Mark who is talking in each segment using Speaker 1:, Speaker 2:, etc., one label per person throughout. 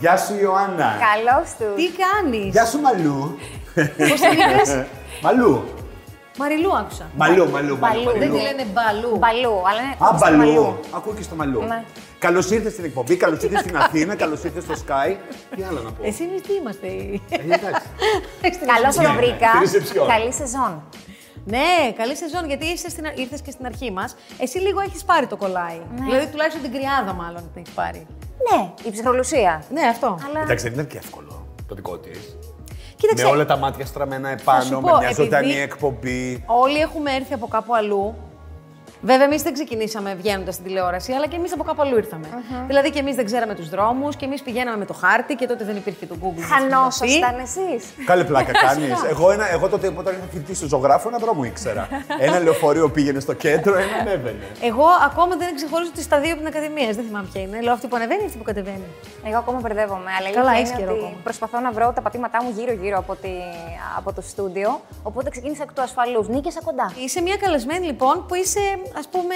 Speaker 1: Γεια σου Ιωάννα.
Speaker 2: Καλώς τους.
Speaker 3: Τι κάνεις.
Speaker 1: Γεια σου Μαλού.
Speaker 3: Πώς την είπε.
Speaker 1: Μαλού.
Speaker 3: Μαριλού άκουσα.
Speaker 1: Μαλού, μαλού, μαλού.
Speaker 2: Μαλού.
Speaker 3: Δεν
Speaker 1: μαλού.
Speaker 3: τη λένε μπαλού.
Speaker 2: Μπαλού, αλλά ναι, είναι.
Speaker 1: Α,
Speaker 2: στο
Speaker 1: μπαλού. Ακούω και στο μαλού.
Speaker 2: Ναι.
Speaker 1: Καλώς ήρθες στην εκπομπή, καλώς ήρθες στην Αθήνα, καλώς ήρθες στο Sky. Τι άλλο να πω.
Speaker 3: Εσύ εμείς τι είμαστε. οι-
Speaker 1: Ε, εντάξει.
Speaker 2: Καλώ
Speaker 1: Ναι,
Speaker 2: τον
Speaker 1: ναι.
Speaker 2: βρήκα.
Speaker 1: Στη reception.
Speaker 2: Καλή σεζόν.
Speaker 3: Ναι, καλή σεζόν, γιατί ήρθε στην, α- ήρθες και στην αρχή μας. Εσύ λίγο έχεις πάρει το κολλάι. Δηλαδή τουλάχιστον την κρυάδα, μάλλον την έχεις πάρει.
Speaker 2: Ναι, η ψυχρολουσία.
Speaker 3: Ναι, αυτό.
Speaker 2: Αλλά
Speaker 1: Εντάξει, δεν ήταν και εύκολο το δικό της. Με
Speaker 3: Κοίταξε.
Speaker 1: όλα τα μάτια στραμμένα
Speaker 3: Θα
Speaker 1: επάνω,
Speaker 3: σου
Speaker 1: με
Speaker 3: πω,
Speaker 1: μια ζωντανή
Speaker 3: επειδή-
Speaker 1: εκπομπή.
Speaker 3: Όλοι έχουμε έρθει από κάπου αλλού. Βέβαια, εμείς δεν ξεκινήσαμε βγαίνοντας στην τηλεόραση, αλλά και εμείς από κάπου αλλού ήρθαμε. Δηλαδή και εμείς δεν ξέραμε τους δρόμους και εμείς πηγαίναμε με το χάρτη και τότε δεν υπήρχε το Google.
Speaker 2: χανόσασταν εσείς.
Speaker 1: Καλή πλάκα κάνεις. εγώ, ένα- εγώ τότε όταν ήμουν φοιτητής στο ζωγράφο, ένα δρόμο ήξερα. ένα λεωφορείο πήγαινε στο κέντρο, ένα ανέβαινε.
Speaker 3: Εγώ ακόμα δεν ξεχωρίζω τη σταδία από την Ακαδημία. Δεν θυμάμαι ποια είναι. Λέω αυτή που ανεβαίνει ή αυτή που κατεβαίνει.
Speaker 2: Εγώ ακόμα μπερδεύομαι, αλλά η
Speaker 3: Καλά,
Speaker 2: αλήθεια
Speaker 3: έχεις
Speaker 2: είναι
Speaker 3: καιρό
Speaker 2: ότι
Speaker 3: ακόμα.
Speaker 2: προσπαθώ να βρω τα πατήματά μου γύρω-γύρω από, τη, από το στούντιο. Οπότε ξεκίνησα εκ του ασφαλούς. Νίκησα κοντά.
Speaker 3: Είσαι μια καλεσμένη λοιπόν που είσαι, ας πούμε,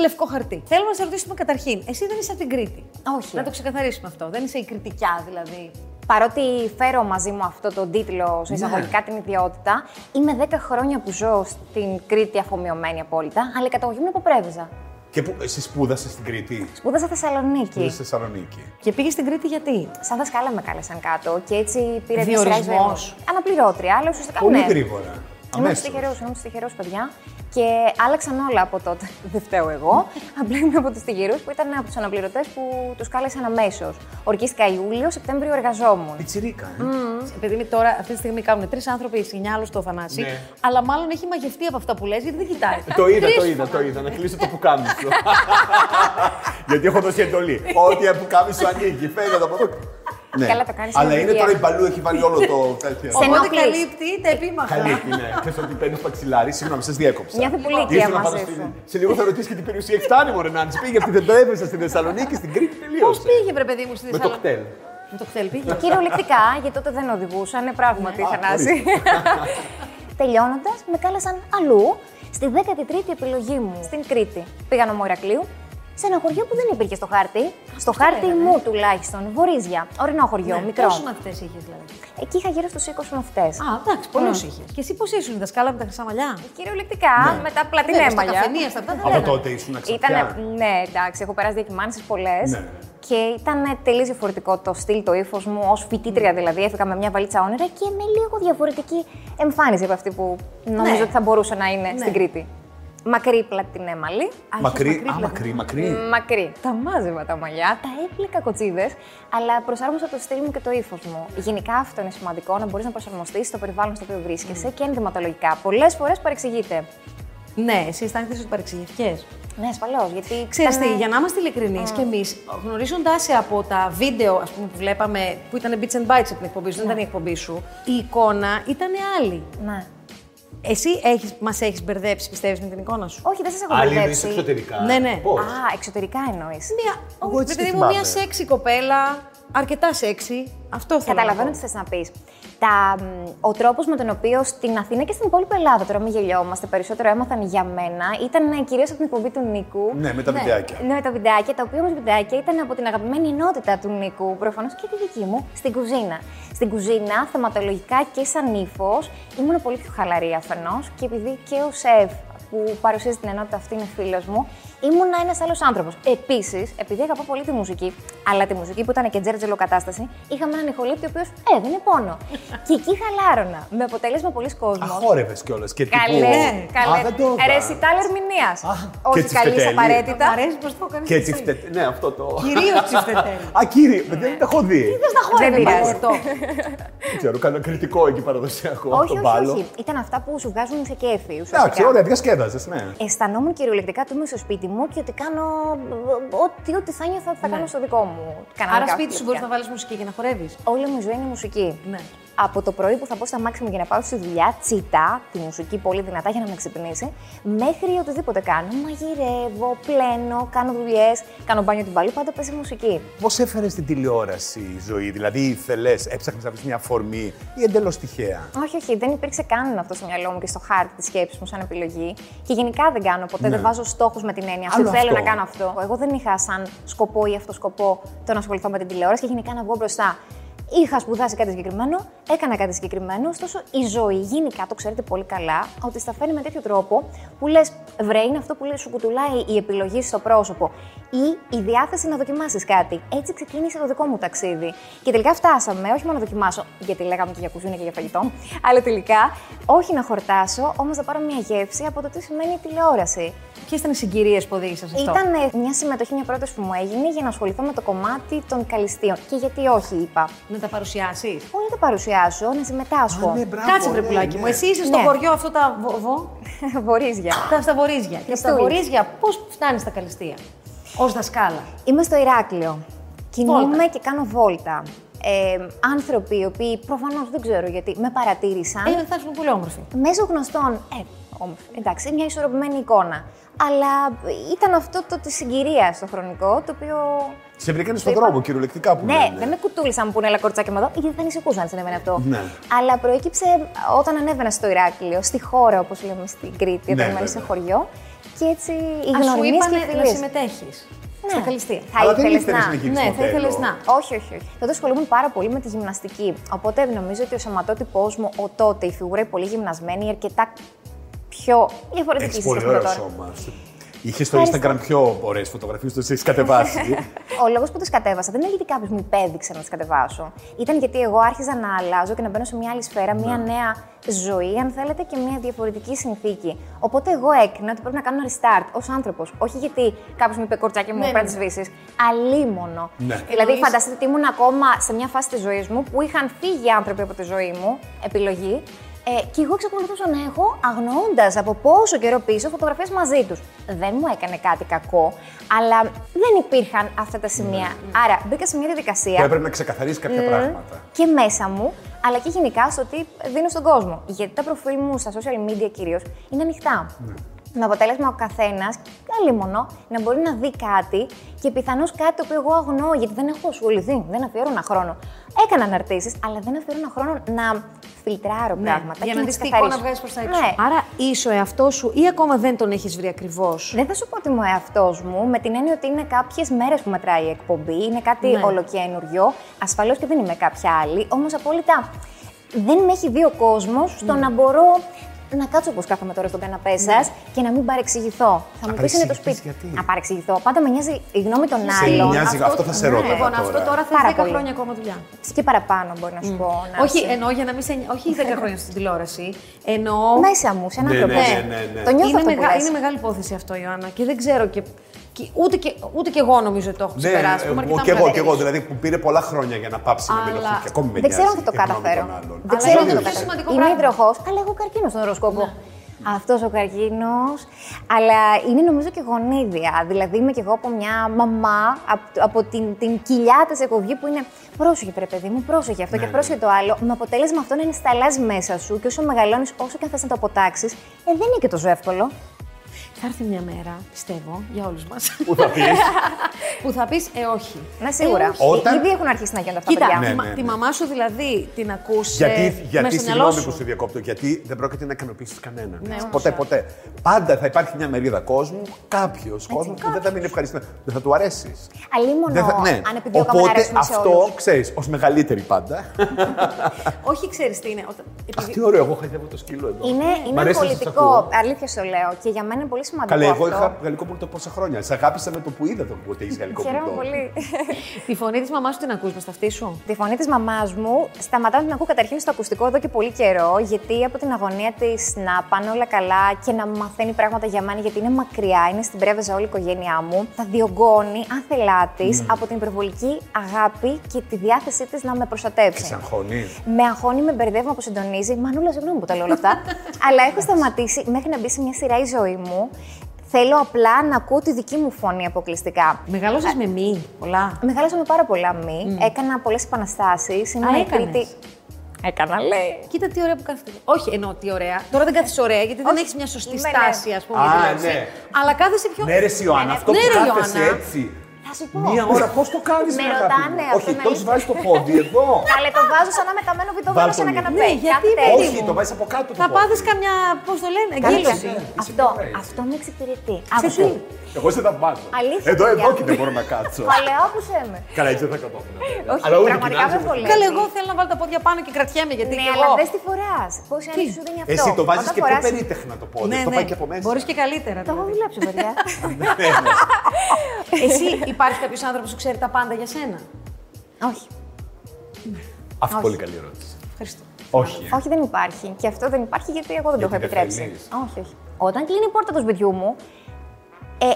Speaker 3: λευκό χαρτί. Θέλω να σε ρωτήσουμε καταρχήν, εσύ δεν είσαι από την Κρήτη.
Speaker 2: Όχι.
Speaker 3: Να το ξεκαθαρίσουμε αυτό. Δεν είσαι η κριτικιά δηλαδή. Ναι.
Speaker 2: Παρότι φέρω μαζί μου αυτό τον τίτλο σε εισαγωγικά την ιδιότητα, είμαι 10 χρόνια που ζω στην Κρήτη αφομοιωμένη απόλυτα, αλλά η καταγωγή μου είναι από Πρέβεζα.
Speaker 1: Και που, εσύ σπούδασες στην Κρήτη.
Speaker 2: Σπούδασα Θεσσαλονίκη.
Speaker 1: Στη Θεσσαλονίκη.
Speaker 3: Και πήγες στην Κρήτη γιατί.
Speaker 2: Σαν δασκάλα με κάλεσαν κάτω και έτσι πήρε μια σειρά
Speaker 3: Διορισμός.
Speaker 2: εισβολών. Αναπληρώτρια, αλλά ουσιαστικά
Speaker 1: Πολύ
Speaker 2: ναι.
Speaker 1: γρήγορα.
Speaker 2: Ήμουν
Speaker 1: Αμέσως.
Speaker 2: τυχερό, ήμουν τυχερό, παιδιά. Και άλλαξαν όλα από τότε. Δεν φταίω εγώ. Απλά ήμουν από τους τυχερούς που ήταν από τους αναπληρωτές που τους κάλεσαν αμέσως. Ορκίστηκα Ιούλιο, Σεπτέμβριο εργαζόμουν.
Speaker 1: Πιτσιρίκα. ε.
Speaker 3: Επειδή μη- τώρα αυτή τη στιγμή κάνουν τρεις άνθρωποι σινιάλο στο Θανάση,
Speaker 1: Ναι. Ε,
Speaker 3: αλλά μάλλον έχει μαγευτεί από αυτά που λες γιατί δεν κοιτάει.
Speaker 1: Το είδα,
Speaker 3: Τρεις
Speaker 1: το είδα,
Speaker 3: φορές.
Speaker 1: το είδα. Να κλείσω το πουκάμισο. Γιατί έχω δώσει εντολή. Ό,τι πουκάμισο ανοίγει, φεύγει από εδώ. Ναι.
Speaker 2: Καλά το κάνεις,
Speaker 1: Αλλά
Speaker 2: είναι
Speaker 1: είναι τώρα η
Speaker 2: δουλειά.
Speaker 1: μπαλού, έχει βάλει όλο το τέτοιο.
Speaker 2: Σε
Speaker 3: Οπότε
Speaker 2: ενοχλείς.
Speaker 3: καλύπτει τα επίμαχα.
Speaker 1: Καλή, ναι. Θες ότι παίρνεις το παξιλάρι, συγγνώμη, σας διέκοψα.
Speaker 2: Νιώθω πολύ
Speaker 1: Ήρθα
Speaker 2: οικία
Speaker 1: να
Speaker 2: μαζί
Speaker 1: πάρω
Speaker 2: σου.
Speaker 1: στην- Σε λίγο θα ρωτήσεις και την περιουσία. Έχει φτάνει μωρέ να τη πήγε από την Τετρέπεζα στην Θεσσαλονίκη, στην Κρήτη
Speaker 3: Πώ
Speaker 1: τελείωσε.
Speaker 3: πήγε, βρε παιδί μου, στη
Speaker 1: Με το
Speaker 3: Θεσσαλονίκη.
Speaker 1: κτέλ.
Speaker 3: Με το κτέλ πήγε.
Speaker 2: Κυριολεκτικά, γιατί τότε δεν οδηγούσαν, είναι πράγματι,
Speaker 1: Α,
Speaker 2: Θανάση. Τελειώνοντας, με κάλεσαν αλλού, στη 13η επιλογή μου, στην Κρήτη. Πήγα νομό Ηρακλείου, σε ένα χωριό που δεν υπήρχε στο χάρτη. Στο χάρτη μου τουλάχιστον, Βορίζια. Ορεινό χωριό, μικρό.
Speaker 3: Πόσους μαθητές είχες δηλαδή.
Speaker 2: Εκεί είχα γύρω στους 20 μαθητέ.
Speaker 3: Ναι, Α, εντάξει, πολλούς είχες. Και εσύ πώς ήσουν, δασκάλα με τα χρυσά μαλλιά.
Speaker 2: Κυριολεκτικά, με τα
Speaker 3: Βέβαια, στα
Speaker 2: πλατινέμαλια.
Speaker 3: καφενεία, στα αυτά δεν
Speaker 1: Από
Speaker 3: λέγανε.
Speaker 1: τότε ήσουν ξαφνικά.
Speaker 2: Ήταν, ναι, εντάξει, έχω περάσει διακυμάνσεις πολλές.
Speaker 1: Ναι.
Speaker 2: Και ήταν τελείως διαφορετικό το στυλ, το ύφος μου. Ως φοιτήτρια
Speaker 3: Ναι.
Speaker 2: δηλαδή, έφυγα με μια βαλίτσα όνειρα και με λίγο διαφορετική εμφάνιση από αυτή που νομίζω
Speaker 3: Ναι.
Speaker 2: ότι θα μπορούσε να είναι
Speaker 3: Ναι.
Speaker 2: στην Κρήτη. Μακρύ πλατινέμαλη.
Speaker 3: Α,
Speaker 1: Μακρύ,
Speaker 3: είχες
Speaker 1: α, μακρύ, μακρύ.
Speaker 2: Μακρύ. Τα μάζευα τα μαλλιά, τα έπλεκα κοτσίδες, αλλά προσάρμοσα το στυλ μου και το ύφος μου. Γενικά αυτό είναι σημαντικό, να μπορείς να προσαρμοστείς στο περιβάλλον στο οποίο βρίσκεσαι και ενδυματολογικά. Πολλές φορές παρεξηγείται.
Speaker 3: Ναι, εσύ αισθάνεσαι ότι παρεξηγηθήκε.
Speaker 2: Ναι, ασφαλώς. Γιατί.
Speaker 3: Ξέρεις
Speaker 2: ήταν-
Speaker 3: τι, για να είμαστε ειλικρινείς και εμείς, γνωρίζοντά σε από τα βίντεο ας πούμε, που βλέπαμε, που ήταν bits and bytes από την εκπομπή σου, δεν ήταν η εκπομπή σου, η εικόνα ήταν άλλη.
Speaker 2: Ναι.
Speaker 3: Εσύ έχεις, μας έχεις μπερδέψει, πιστεύεις, με την εικόνα σου.
Speaker 2: Όχι, δεν σας έχω
Speaker 1: Άλλη εννοεί
Speaker 2: μπερδέψει.
Speaker 1: εξωτερικά.
Speaker 3: Ναι, ναι.
Speaker 1: Πώς.
Speaker 2: Α, εξωτερικά εννοείς.
Speaker 3: Μια,
Speaker 1: Εγώ
Speaker 3: όχι,
Speaker 1: έτσι
Speaker 3: παιδί
Speaker 1: τη
Speaker 3: μου, μια
Speaker 1: θυμάμαι.
Speaker 3: σεξι κοπέλα, αρκετά σεξι, αυτό θέλω
Speaker 2: Καταλαβαίνω
Speaker 3: να
Speaker 2: τι
Speaker 3: πω.
Speaker 2: θες να πεις. Τα, μ, ο τρόπος με τον οποίο στην Αθήνα και στην υπόλοιπη Ελλάδα, τώρα μην γελιόμαστε, περισσότερο έμαθαν για μένα, ήταν κυρίως από την εκπομπή του Νίκου.
Speaker 1: Ναι, με τα βιντεάκια.
Speaker 2: Ναι, με τα βιντεάκια, τα οποία όμως βιντεάκια ήταν από την αγαπημένη ενότητα του Νίκου, προφανώς και τη δική μου, στην κουζίνα. Στην κουζίνα, θεματολογικά και σαν ύφος, ήμουν πολύ πιο χαλαρή αφενός και επειδή και ο σεφ που παρουσίασε την ενότητα αυτή είναι φίλος μου, ήμουνα ένας άλλος άνθρωπος. Επίσης, επειδή αγαπώ πολύ τη μουσική, αλλά τη μουσική που ήταν και τζέρτζελο κατάσταση, είχαμε έναν ηχολήπτη ο οποίος έδινε πόνο. και εκεί χαλάρωνα. Με αποτέλεσμα πολλοί κόσμοι.
Speaker 1: Αχόρευε κιόλας. Και τύπου-
Speaker 2: Καλέ,
Speaker 1: Α, δεν
Speaker 2: καλέ.
Speaker 1: το είδα.
Speaker 2: Ρεσιτάλ ερμηνείας.
Speaker 1: Α, ναι. και
Speaker 2: Όχι
Speaker 1: τις
Speaker 2: καλή
Speaker 1: φετέλη.
Speaker 3: Μ'
Speaker 2: απαραίτητα.
Speaker 3: αρέσει πως το έκανες.
Speaker 1: Και τσιφτετέλη. Ναι, αυτό το.
Speaker 3: Κυρίως τσιφτετέλη.
Speaker 1: Α, κύριε,
Speaker 2: Ναι.
Speaker 1: δεν τα έχω δει.
Speaker 3: Θες να χορεύεις
Speaker 2: Δεν πειράζει.
Speaker 3: μπαλετό.
Speaker 1: Δεν ξέρω, κάνω κριτικό εκεί παραδοσιακό.
Speaker 2: Όχι,
Speaker 1: τον
Speaker 2: όχι,
Speaker 1: μπάλο.
Speaker 2: όχι. Ήταν αυτά που σου βγάζουν σε κέφι. ουσιαστικά.
Speaker 1: Εντάξει, ωραία, διασκέδαζες, ναι.
Speaker 2: Αισθανόμουν κυριολεκτικά ότι είμαι στο σπίτι μου και ότι κάνω. Ό,τι, ό,τι θα νιώθω θα κάνω στο δικό μου. Κανονικά,
Speaker 3: Ναι. Άρα σπίτι σου
Speaker 2: φυσικά.
Speaker 3: μπορείς να βάλεις μουσική για να χορεύεις.
Speaker 2: Όλη μου η ζωή είναι μουσική.
Speaker 3: Ναι.
Speaker 2: Από το πρωί που θα πω στα μάξι μου για να πάω στη δουλειά, τσιτά τη μουσική πολύ δυνατά για να με ξυπνήσει, μέχρι οτιδήποτε κάνω. Μαγειρεύω, πλένω, κάνω δουλειές, κάνω μπάνιο την παλού, πάντα παίζει μουσική.
Speaker 1: Πώς έφερες την τηλεόραση η ζωή, δηλαδή ήθελες, έψαχνες να βρεις μια αφορμή ή εντελώς τυχαία.
Speaker 2: Όχι, όχι, δεν υπήρξε καν αυτό στο μυαλό μου και στο χάρτη της σκέψης μου σαν επιλογή. Και γενικά δεν κάνω ποτέ, δεν βάζω στόχους με την έννοια σημαίνει αυτό.
Speaker 1: Ναι. Άλλο
Speaker 2: Θέλω
Speaker 1: αυτό.
Speaker 2: να κάνω αυτό. Εγώ δεν είχα σαν σκοπό ή αυτό σκοπό το να ασχοληθώ με την τηλεόραση και γενικά να βγω μπροστά. Είχας σπουδάσει κάτι συγκεκριμένο, έκανα κάτι συγκεκριμένο. Ωστόσο, η ζωή γενικά το ξέρετε πολύ καλά ότι στα φέρνει με τέτοιο τρόπο που λες, βρε, είναι αυτό που λέει, σου κουτουλάει η επιλογή στο πρόσωπο ή η διάθεση να δοκιμάσεις κάτι. Έτσι ξεκίνησε το δικό μου ταξίδι. Και τελικά φτάσαμε, όχι μόνο να δοκιμάσω, γιατί λέγαμε και για κουζίνα και για φαγητό, αλλά τελικά όχι να χορτάσω, όμως να πάρω μια γεύση από το τι σημαίνει η τηλεόραση.
Speaker 3: Ποιες ήταν οι συγκυρίες που οδήγησαν σε αυτό.
Speaker 2: Ήταν ε, μια συμμετοχή, μια πρόταση που μου έγινε για να ασχοληθώ με το κομμάτι των καλυστείων. Και γιατί όχι, είπα.
Speaker 3: Να τα παρουσιάσεις.
Speaker 2: Όχι να τα παρουσιάσω, να συμμετάσχω.
Speaker 1: Α, ναι, μπράβο,
Speaker 3: Κάτσε, βρε
Speaker 1: ναι,
Speaker 3: πουλάκι
Speaker 1: ναι.
Speaker 3: μου. Εσύ είσαι στο
Speaker 2: Ναι.
Speaker 3: χωριό αυτό τα βο- βο-
Speaker 2: Βορίζια.
Speaker 3: τα στα βορίζια. Και στα
Speaker 2: Χριστούγεννα.
Speaker 3: βορίζια, πώς φτάνεις στα καλυστία. Ως δασκάλα.
Speaker 2: Είμαι στο Ηράκλειο. Κινούμαι
Speaker 3: Βόλτα.
Speaker 2: και κάνω βόλτα. Ε, άνθρωποι οι οποίοι προφανώς δεν ξέρω γιατί με παρατήρησαν.
Speaker 3: Ε, θα έρθουν πολύ όμορφοι.
Speaker 2: μέσω γνωστών. Ε, όμως, εντάξει, μια ισορροπημένη εικόνα. Αλλά ήταν αυτό το της συγκυρίας στο χρονικό, το οποίο.
Speaker 1: Σε βρήκανε
Speaker 2: το
Speaker 1: στον
Speaker 2: είπα-
Speaker 1: δρόμο, κυριολεκτικά που
Speaker 2: Ναι,
Speaker 1: λένε.
Speaker 2: δεν με κουτούλησαν που πούνε έλα κοριτσάκι μου εδώ, γιατί δεν ησυχούσαν αν συνέβαινε αυτό.
Speaker 1: Ναι.
Speaker 2: Αλλά προέκυψε όταν ανέβαινα στο Ηράκλειο, στη χώρα όπως λέμε στην Κρήτη,
Speaker 1: Ναι,
Speaker 2: όταν μένει σε
Speaker 1: βέβαια.
Speaker 2: χωριό. Και έτσι οι
Speaker 3: Ας σου
Speaker 2: γνωριμίες και οι
Speaker 3: είπανε να
Speaker 2: φιλίες.
Speaker 3: συμμετέχεις.
Speaker 2: Ναι.
Speaker 3: Στα καλυστία.
Speaker 2: Θα
Speaker 1: Αλλά δεν
Speaker 2: ήθελες
Speaker 1: ήθελες
Speaker 2: να.
Speaker 1: να γυρίσεις
Speaker 3: Ναι, θα
Speaker 1: μοντέλο.
Speaker 3: ήθελες να.
Speaker 2: Όχι, όχι, όχι. Τότε ασχολούμουν πάρα πολύ με τη γυμναστική. Οπότε νομίζω ότι ο σωματότυπός μου, ο τότε, η φιγούρα η πολύ γυμνασμένη, η αρκετά πιο διαφορετική
Speaker 1: Έχεις
Speaker 2: σε
Speaker 1: πολύ
Speaker 2: σχέση με
Speaker 1: ωραίο
Speaker 2: τώρα.
Speaker 1: σώμα. Είχε στο Instagram πιο ωραίες φωτογραφίες, του έχεις κατεβάσει.
Speaker 2: Ο λόγος που τις κατέβασα δεν είναι γιατί κάποιος μου υπέδειξε να τις κατεβάσω. Ήταν γιατί εγώ άρχιζα να αλλάζω και να μπαίνω σε μια άλλη σφαίρα, μια
Speaker 3: Ναι.
Speaker 2: νέα ζωή, αν θέλετε, και μια διαφορετική συνθήκη. Οπότε εγώ έκρινα ότι πρέπει να κάνω ένα restart ως άνθρωπος. Όχι γιατί κάποιος μου είπε κορτσάκι μου,
Speaker 3: Ναι,
Speaker 2: πρέπει να
Speaker 3: ναι.
Speaker 2: τις σβήσει. Αλίμονο.
Speaker 1: Ναι.
Speaker 2: Δηλαδή,
Speaker 3: Εννοείς-
Speaker 2: φανταστείτε ότι ήμουν ακόμα σε μια φάση της ζωής μου που είχαν φύγει άνθρωποι από τη ζωή μου, επιλογή, ε, και εγώ εξακολουθούσα να έχω, αγνοώντας από πόσο καιρό πίσω, φωτογραφίες μαζί τους. Δεν μου έκανε κάτι κακό, αλλά δεν υπήρχαν αυτά τα σημεία. Άρα μπήκα σε μια διαδικασία
Speaker 1: Πρέπει να ξεκαθαρίσει
Speaker 2: Mm.
Speaker 1: κάποια πράγματα.
Speaker 2: και μέσα μου, αλλά και γενικά στο τι δίνω στον κόσμο. Γιατί τα προφίλ μου στα social media κυρίως είναι ανοιχτά. Με αποτέλεσμα ο καθένας, καλή μόνο, να μπορεί να δει κάτι και πιθανώς κάτι το οποίο εγώ αγνοώ, γιατί δεν έχω ασχοληθεί, δεν αφιέρωνα χρόνο. Έκανα αναρτήσεις, αλλά δεν αφιέρωνα χρόνο να φιλτράρω πράγματα.
Speaker 3: Ναι, για
Speaker 2: και
Speaker 3: να
Speaker 2: τις
Speaker 3: δεις τι εικόνα
Speaker 2: καθαρίσω.
Speaker 3: βγάζεις προς τα
Speaker 2: Ναι.
Speaker 3: έξω. Άρα είσαι ο εαυτό σου ή ακόμα δεν τον έχεις βρει ακριβώς.
Speaker 2: Δεν θα σου πω ότι είμαι ο εαυτός μου, με την έννοια ότι είναι κάποιες μέρες που μετράει η εκπομπή, είναι κάτι
Speaker 3: Ναι.
Speaker 2: ολοκένουριο. Ασφαλώς και δεν είμαι κάποια άλλη, όμως απόλυτα δεν με έχει δει ο κόσμος στο
Speaker 1: Ναι.
Speaker 2: να μπορώ να κάτσω όπως κάθομαι τώρα στον καναπέ σας και να μην παρεξηγηθώ. Θα μου πεις είναι το
Speaker 1: παρεξηγηθείς
Speaker 2: σπίτι.
Speaker 1: Ναι. γιατί?
Speaker 2: Να παρεξηγηθώ. Πάντα με νοιάζει η γνώμη των
Speaker 1: Σε
Speaker 2: άλλων.
Speaker 1: νοιάζει, αυτό θα σε ρώταγα
Speaker 3: Λοιπόν,
Speaker 1: τώρα.
Speaker 3: αυτό τώρα
Speaker 2: Πάρα
Speaker 3: θέλει 10
Speaker 2: πολύ.
Speaker 3: χρόνια ακόμα δουλειά.
Speaker 2: Και παραπάνω μπορεί
Speaker 1: Mm.
Speaker 2: να σου πω. να
Speaker 3: Όχι,
Speaker 2: είσαι
Speaker 3: εννοώ για να μην σε. νοι- Όχι 10 χρόνια στην τηλεόραση. Εννοώ.
Speaker 2: Μέσα μου, σε έναν
Speaker 1: Ναι, ναι,
Speaker 2: άνθρωπο.
Speaker 1: ναι, ναι, ναι.
Speaker 2: Το νιώθω
Speaker 3: είναι,
Speaker 2: αυτό που
Speaker 3: μεγα-
Speaker 2: λες.
Speaker 3: είναι μεγάλη υπόθεση αυτό, Ιωάννα, και δεν ξέρω και. και ούτε, και ούτε και εγώ νομίζω ότι το έχω ξεπεράσει. Είμαι αρκετά
Speaker 1: Ναι, εγώ και εγώ,
Speaker 3: μεγάλη.
Speaker 1: και εγώ. Δηλαδή που πήρε πολλά χρόνια για να πάψει να
Speaker 3: Αλλά
Speaker 1: μελωθεί. Και ακόμη με
Speaker 2: Δεν ξέρω αν θα
Speaker 1: νοιάζει
Speaker 2: το
Speaker 1: η γνώμη
Speaker 2: καταφέρω.
Speaker 1: των άλλων.
Speaker 2: Δεν
Speaker 3: Αλλά
Speaker 2: ξέρω αν
Speaker 3: είναι
Speaker 2: θα το
Speaker 3: το πιο
Speaker 2: καταφέρω.
Speaker 3: σημαντικό
Speaker 2: Είμαι
Speaker 3: πράγμα. Ναι.
Speaker 2: υδροχό, αλλά έχω καρκίνο στον οροσκόπο. Αυτός ο καρκίνος. Αλλά είναι νομίζω και γονίδια. Δηλαδή είμαι κι εγώ από μια μαμά, απ- από την, την κοιλιά της εκοβγή που είναι πρόσεχε, πρέπει παιδί μου, πρόσεχε
Speaker 1: Ναι,
Speaker 2: αυτό και πρόσεχε το άλλο. Με αποτέλεσμα αυτό να ενσταλάζει μέσα σου και όσο μεγαλώνεις, όσο και αν θες να το αποτάξεις, ε, δεν είναι και τόσο εύκολο.
Speaker 3: Θα έρθει μια μέρα, πιστεύω, για όλους μας,
Speaker 1: Πού θα πεις.
Speaker 3: που θα πεις Ε, όχι.
Speaker 2: Ναι, σίγουρα.
Speaker 3: Ε, όχι.
Speaker 1: Όταν-
Speaker 2: Ήδη έχουν αρχίσει να γίνονται αυτά τα
Speaker 3: Κοίτα,
Speaker 2: παιδιά.
Speaker 1: Ναι,
Speaker 3: τη, μα-
Speaker 1: ναι, ναι.
Speaker 3: τη μαμά σου δηλαδή την ακούσει.
Speaker 2: Ε,
Speaker 1: Γιατί,
Speaker 3: με
Speaker 1: γιατί
Speaker 3: στο μυαλό
Speaker 1: συγγνώμη
Speaker 3: σου.
Speaker 1: που σου διακόπτω, γιατί δεν πρόκειται να ικανοποιήσεις κανέναν.
Speaker 3: Ναι, όμως,
Speaker 1: ποτέ,
Speaker 3: ε.
Speaker 1: ποτέ. Πάντα θα υπάρχει μια μερίδα κόσμου, κάποιος κόσμος που δεν θα μείνει ευχαριστημένος. Δεν θα του αρέσεις.
Speaker 2: Αλλήμον, αν επιδιώκαμε να
Speaker 1: ναι. Οπότε
Speaker 2: αρέσουμε σε όλους.
Speaker 1: αυτό ξέρεις, ως μεγαλύτερη πάντα.
Speaker 3: Όχι, ξέρεις τι είναι. Όταν...
Speaker 1: Αχ,
Speaker 3: επειδή-
Speaker 1: τι ωραίο, εγώ χαϊδεύω το σκύλο εδώ.
Speaker 2: Είναι,
Speaker 1: Μ'
Speaker 2: είναι
Speaker 1: αρέσει να σας
Speaker 2: πολιτικό,
Speaker 1: ακούω.
Speaker 2: αλήθεια σου λέω, και για μένα είναι πολύ σημαντικό.
Speaker 1: Καλά, εγώ
Speaker 2: αυτό.
Speaker 1: είχα γαλλικό πουλτό πόσα χρόνια. Σε αγάπησα με το που είδα το που ότι έχεις γαλλικό πουλτό.
Speaker 2: Χαίρομαι πολύ.
Speaker 3: Τη φωνή της μαμάς σου την ακούς με στα αυτή σου.
Speaker 2: Τη φωνή της μαμάς μου σταματάω να την ακούω καταρχήν στο ακουστικό εδώ και πολύ καιρό, γιατί από την αγωνία της να πάνε όλα καλά και να μαθαίνει πράγματα για μένα, γιατί είναι μακριά, είναι στην πρέβεζα όλη η οικογένειά μου. Θα διωγγώνει, αν θελά τη,
Speaker 1: Ναι.
Speaker 2: από την υπερβολική αγάπη και τη διάθεσή της να με προστατεύσει.
Speaker 1: Σε αγχώνει.
Speaker 2: Με αγχώνει, με μπερδεύει, που συντονίζει. Μανούλα, συγγνώμη που τα λέω όλα αυτά. αλλά έχω σταματήσει μέχρι να μπει σε μια σειρά η ζωή μου. Θέλω απλά να ακούω τη δική μου φωνή αποκλειστικά.
Speaker 3: Μεγάλωσες με μη, πολλά.
Speaker 2: Μεγάλωσα με πάρα πολλά μη. Έκανα πολλές επαναστάσεις. Ήμουν η
Speaker 3: έκανες.
Speaker 2: Κρήτη. Έκανα, λέει.
Speaker 3: Κοίτα τι ωραία που κάθεται. Όχι, εννοώ τι ωραία. Τώρα δεν κάθεσαι ωραία γιατί δεν
Speaker 2: Όχι.
Speaker 3: έχεις μια σωστή
Speaker 2: Ναι, ναι.
Speaker 3: στάση, ας πούμε.
Speaker 1: Α,
Speaker 3: για τη λέξη.
Speaker 1: ναι.
Speaker 3: Αλλά κάθεσαι πιο.
Speaker 1: Ναι, ρε Ιωάννα, αυτό
Speaker 3: Ναι,
Speaker 1: που
Speaker 3: ρε,
Speaker 1: κάθεσαι
Speaker 3: Ιωάννα.
Speaker 1: έτσι.
Speaker 2: Θα σου πω.
Speaker 1: Μία ώρα, πώς το κάνεις,
Speaker 2: Με ρωτάνε αυτό
Speaker 1: Όχι,
Speaker 2: να
Speaker 1: το
Speaker 2: λύσω.
Speaker 1: βάζεις το πόδι εδώ.
Speaker 2: Καλέ, το βάζω σαν να μεταμένω βιτοβάρο σε ένα
Speaker 1: Βάλτο λίγο.
Speaker 2: καναπέ.
Speaker 3: Ναι, γιατί
Speaker 2: Κάθε
Speaker 3: παιδί
Speaker 2: τέτοιο.
Speaker 1: Όχι, το βάζεις από κάτω. το
Speaker 3: Θα
Speaker 1: πόδι.
Speaker 3: πάθεις καμιά, πώς το λένε,
Speaker 2: Κάτσε.
Speaker 1: Ναι,
Speaker 3: εγκύλωση.
Speaker 1: είσαι
Speaker 2: Αυτό,
Speaker 1: πιο brave.
Speaker 2: αυτό με εξυπηρετεί.
Speaker 3: Σε
Speaker 2: Αυτό.
Speaker 3: τι?
Speaker 1: Εγώ σε θαυμάζω.
Speaker 2: Αλήθεια,
Speaker 1: Εδώ,
Speaker 2: παιδιά.
Speaker 1: εδώ και δεν μπορώ να κάτσω.
Speaker 2: Παλαιό, άκουσέ με.
Speaker 1: Καλά, έτσι δεν θα καθόμουν.
Speaker 2: Όχι,
Speaker 1: Αλλά ούτε
Speaker 2: πραγματικά
Speaker 1: κοιτάζω.
Speaker 2: με βολεύει.
Speaker 3: Καλέ, εγώ θέλω να βάλω τα πόδια πάνω και κρατιέμαι γιατί.
Speaker 2: Ναι,
Speaker 3: και
Speaker 2: αλλά
Speaker 3: εγώ-
Speaker 2: δε τι φορά. Πόση άνοιξη σου δίνει αυτό.
Speaker 1: Εσύ το βάζεις
Speaker 2: Όταν
Speaker 1: και πιο
Speaker 2: φοράς-
Speaker 1: περίτεχνα το πόδι.
Speaker 3: Ναι,
Speaker 1: το
Speaker 3: ναι.
Speaker 1: πάει και από μέσα.
Speaker 3: Μπορείς και καλύτερα.
Speaker 2: Το έχω
Speaker 3: δηλαδή.
Speaker 2: δουλέψει, παιδιά.
Speaker 3: Εσύ υπάρχει κάποιος άνθρωπος που ξέρει τα πάντα για σένα.
Speaker 2: Όχι.
Speaker 1: Αυτή πολύ καλή ερώτηση.
Speaker 3: Ευχαριστώ.
Speaker 1: Όχι. ε.
Speaker 2: Όχι, δεν υπάρχει. Και αυτό δεν υπάρχει γιατί εγώ δεν το έχω
Speaker 1: Γιατί δεν
Speaker 2: επιτρέψει.
Speaker 1: θέλεις.
Speaker 2: Όχι, όχι. Όταν κλείνει η πόρτα του σπιτιού μου, ε,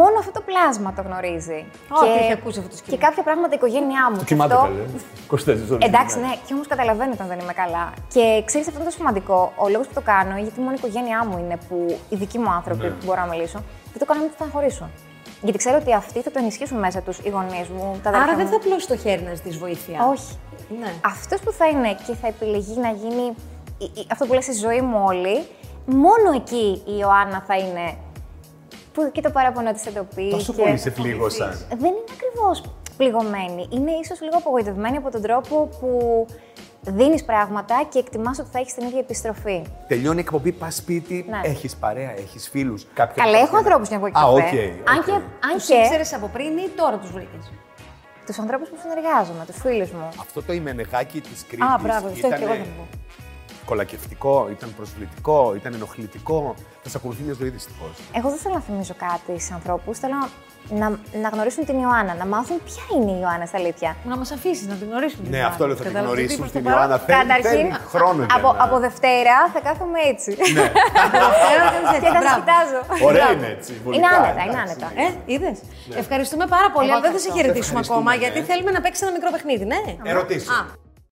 Speaker 2: μόνο αυτό το πλάσμα το γνωρίζει.
Speaker 3: Ό, τι έχει ακούσει αυτό το σκηνικό.
Speaker 2: Και κάποια πράγματα η οικογένειά μου.
Speaker 1: Το
Speaker 2: Και
Speaker 1: κοιμάται ναι.
Speaker 2: αυτό-
Speaker 1: καλέ. 24 ώρες.
Speaker 2: Εντάξει, ναι, και όμως καταλαβαίνω όταν δεν είμαι καλά. Και ξέρεις, αυτό είναι το σημαντικό. Ο λόγος που το κάνω, γιατί μόνο η οικογένειά μου είναι που οι δικοί μου άνθρωποι
Speaker 1: Ναι.
Speaker 2: που μπορώ να μιλήσω, δεν το κάνω γιατί θα χωρίσω. Γιατί ξέρω ότι αυτοί θα το ενισχύσουν μέσα τους οι γονείς μου, τα αδέρφια
Speaker 3: Άρα δεν
Speaker 2: μου.
Speaker 3: θα πλώσει το χέρι να ζητήσει βοήθεια.
Speaker 2: Όχι.
Speaker 3: Ναι.
Speaker 2: Αυτός που θα είναι και θα επιλεγεί να γίνει η- η- αυτό που λες η ζωή μου όλη, μόνο εκεί η Ιωάννα θα είναι που και το παράπονο της εντοπίζεις.
Speaker 1: Τόσο πολύ σε πλήγωσαν.
Speaker 2: Δεν είναι ακριβώς πληγωμένη. Είναι ίσως λίγο απογοητευμένη από τον τρόπο που δίνεις πράγματα και εκτιμάς ότι θα έχεις την ίδια επιστροφή.
Speaker 4: Τελειώνει η εκπομπή, πας σπίτι,
Speaker 2: Ναι.
Speaker 4: έχεις παρέα, έχεις φίλους. Κάποιον.
Speaker 2: Καλά, έχω ανθρώπου για να βγω
Speaker 1: Α,
Speaker 2: καφέ.
Speaker 1: οκ,
Speaker 2: Αν
Speaker 1: οκ.
Speaker 2: και. Αν
Speaker 3: Τους
Speaker 2: και
Speaker 3: ήξερες από πριν ή τώρα τους βρήκες.
Speaker 2: τους ανθρώπους που συνεργάζομαι, τους φίλους μου.
Speaker 4: Αυτό το ημενεγάκι της Κρήτη.
Speaker 3: Α, μπράβο, αυτό και εγώ δεν πω.
Speaker 4: Κολακευτικό, ήταν προσβλητικό, ήταν ενοχλητικό. Θα σε ακολουθεί μια ζωή δυστυχώς.
Speaker 2: Εγώ δεν θέλω να θυμίζω κάτι στους ανθρώπους. Θέλω να, να γνωρίσουν την Ιωάννα, να μάθουν ποια είναι η Ιωάννα στα αλήθεια.
Speaker 3: Να μας αφήσεις να την γνωρίσουμε.
Speaker 4: Ναι, αυτό λέω θα την
Speaker 3: Κατάλαβες, γιατί
Speaker 4: γνωρίσουν
Speaker 3: προς το
Speaker 4: την
Speaker 3: παρόν-
Speaker 4: Ιωάννα. Θέλει, θέλει χρόνο. για
Speaker 2: από,
Speaker 4: να-
Speaker 2: από Δευτέρα θα κάθομαι έτσι.
Speaker 3: Ξέρω, δεν
Speaker 2: και
Speaker 3: ξέρω,
Speaker 2: θα
Speaker 3: μπράβο.
Speaker 2: κοιτάζω.
Speaker 1: Ναι. Ωραία είναι έτσι.
Speaker 2: Είναι
Speaker 1: βολικά,
Speaker 2: άνετα, είναι
Speaker 1: εντάξει.
Speaker 2: άνετα.
Speaker 3: Ε, είδες. Ευχαριστούμε πάρα πολύ.
Speaker 2: Εγώ
Speaker 3: Αλλά δεν θα σε
Speaker 2: ευχαριστώ.
Speaker 3: χαιρετήσουμε
Speaker 4: Ναι.
Speaker 3: ακόμα,
Speaker 4: Ευχαριστούμε,
Speaker 3: γιατί
Speaker 4: ναι.
Speaker 3: θέλουμε να παίξει ένα μικρό παιχνίδι, ναι.
Speaker 1: Ερωτήσεις.
Speaker 3: Α,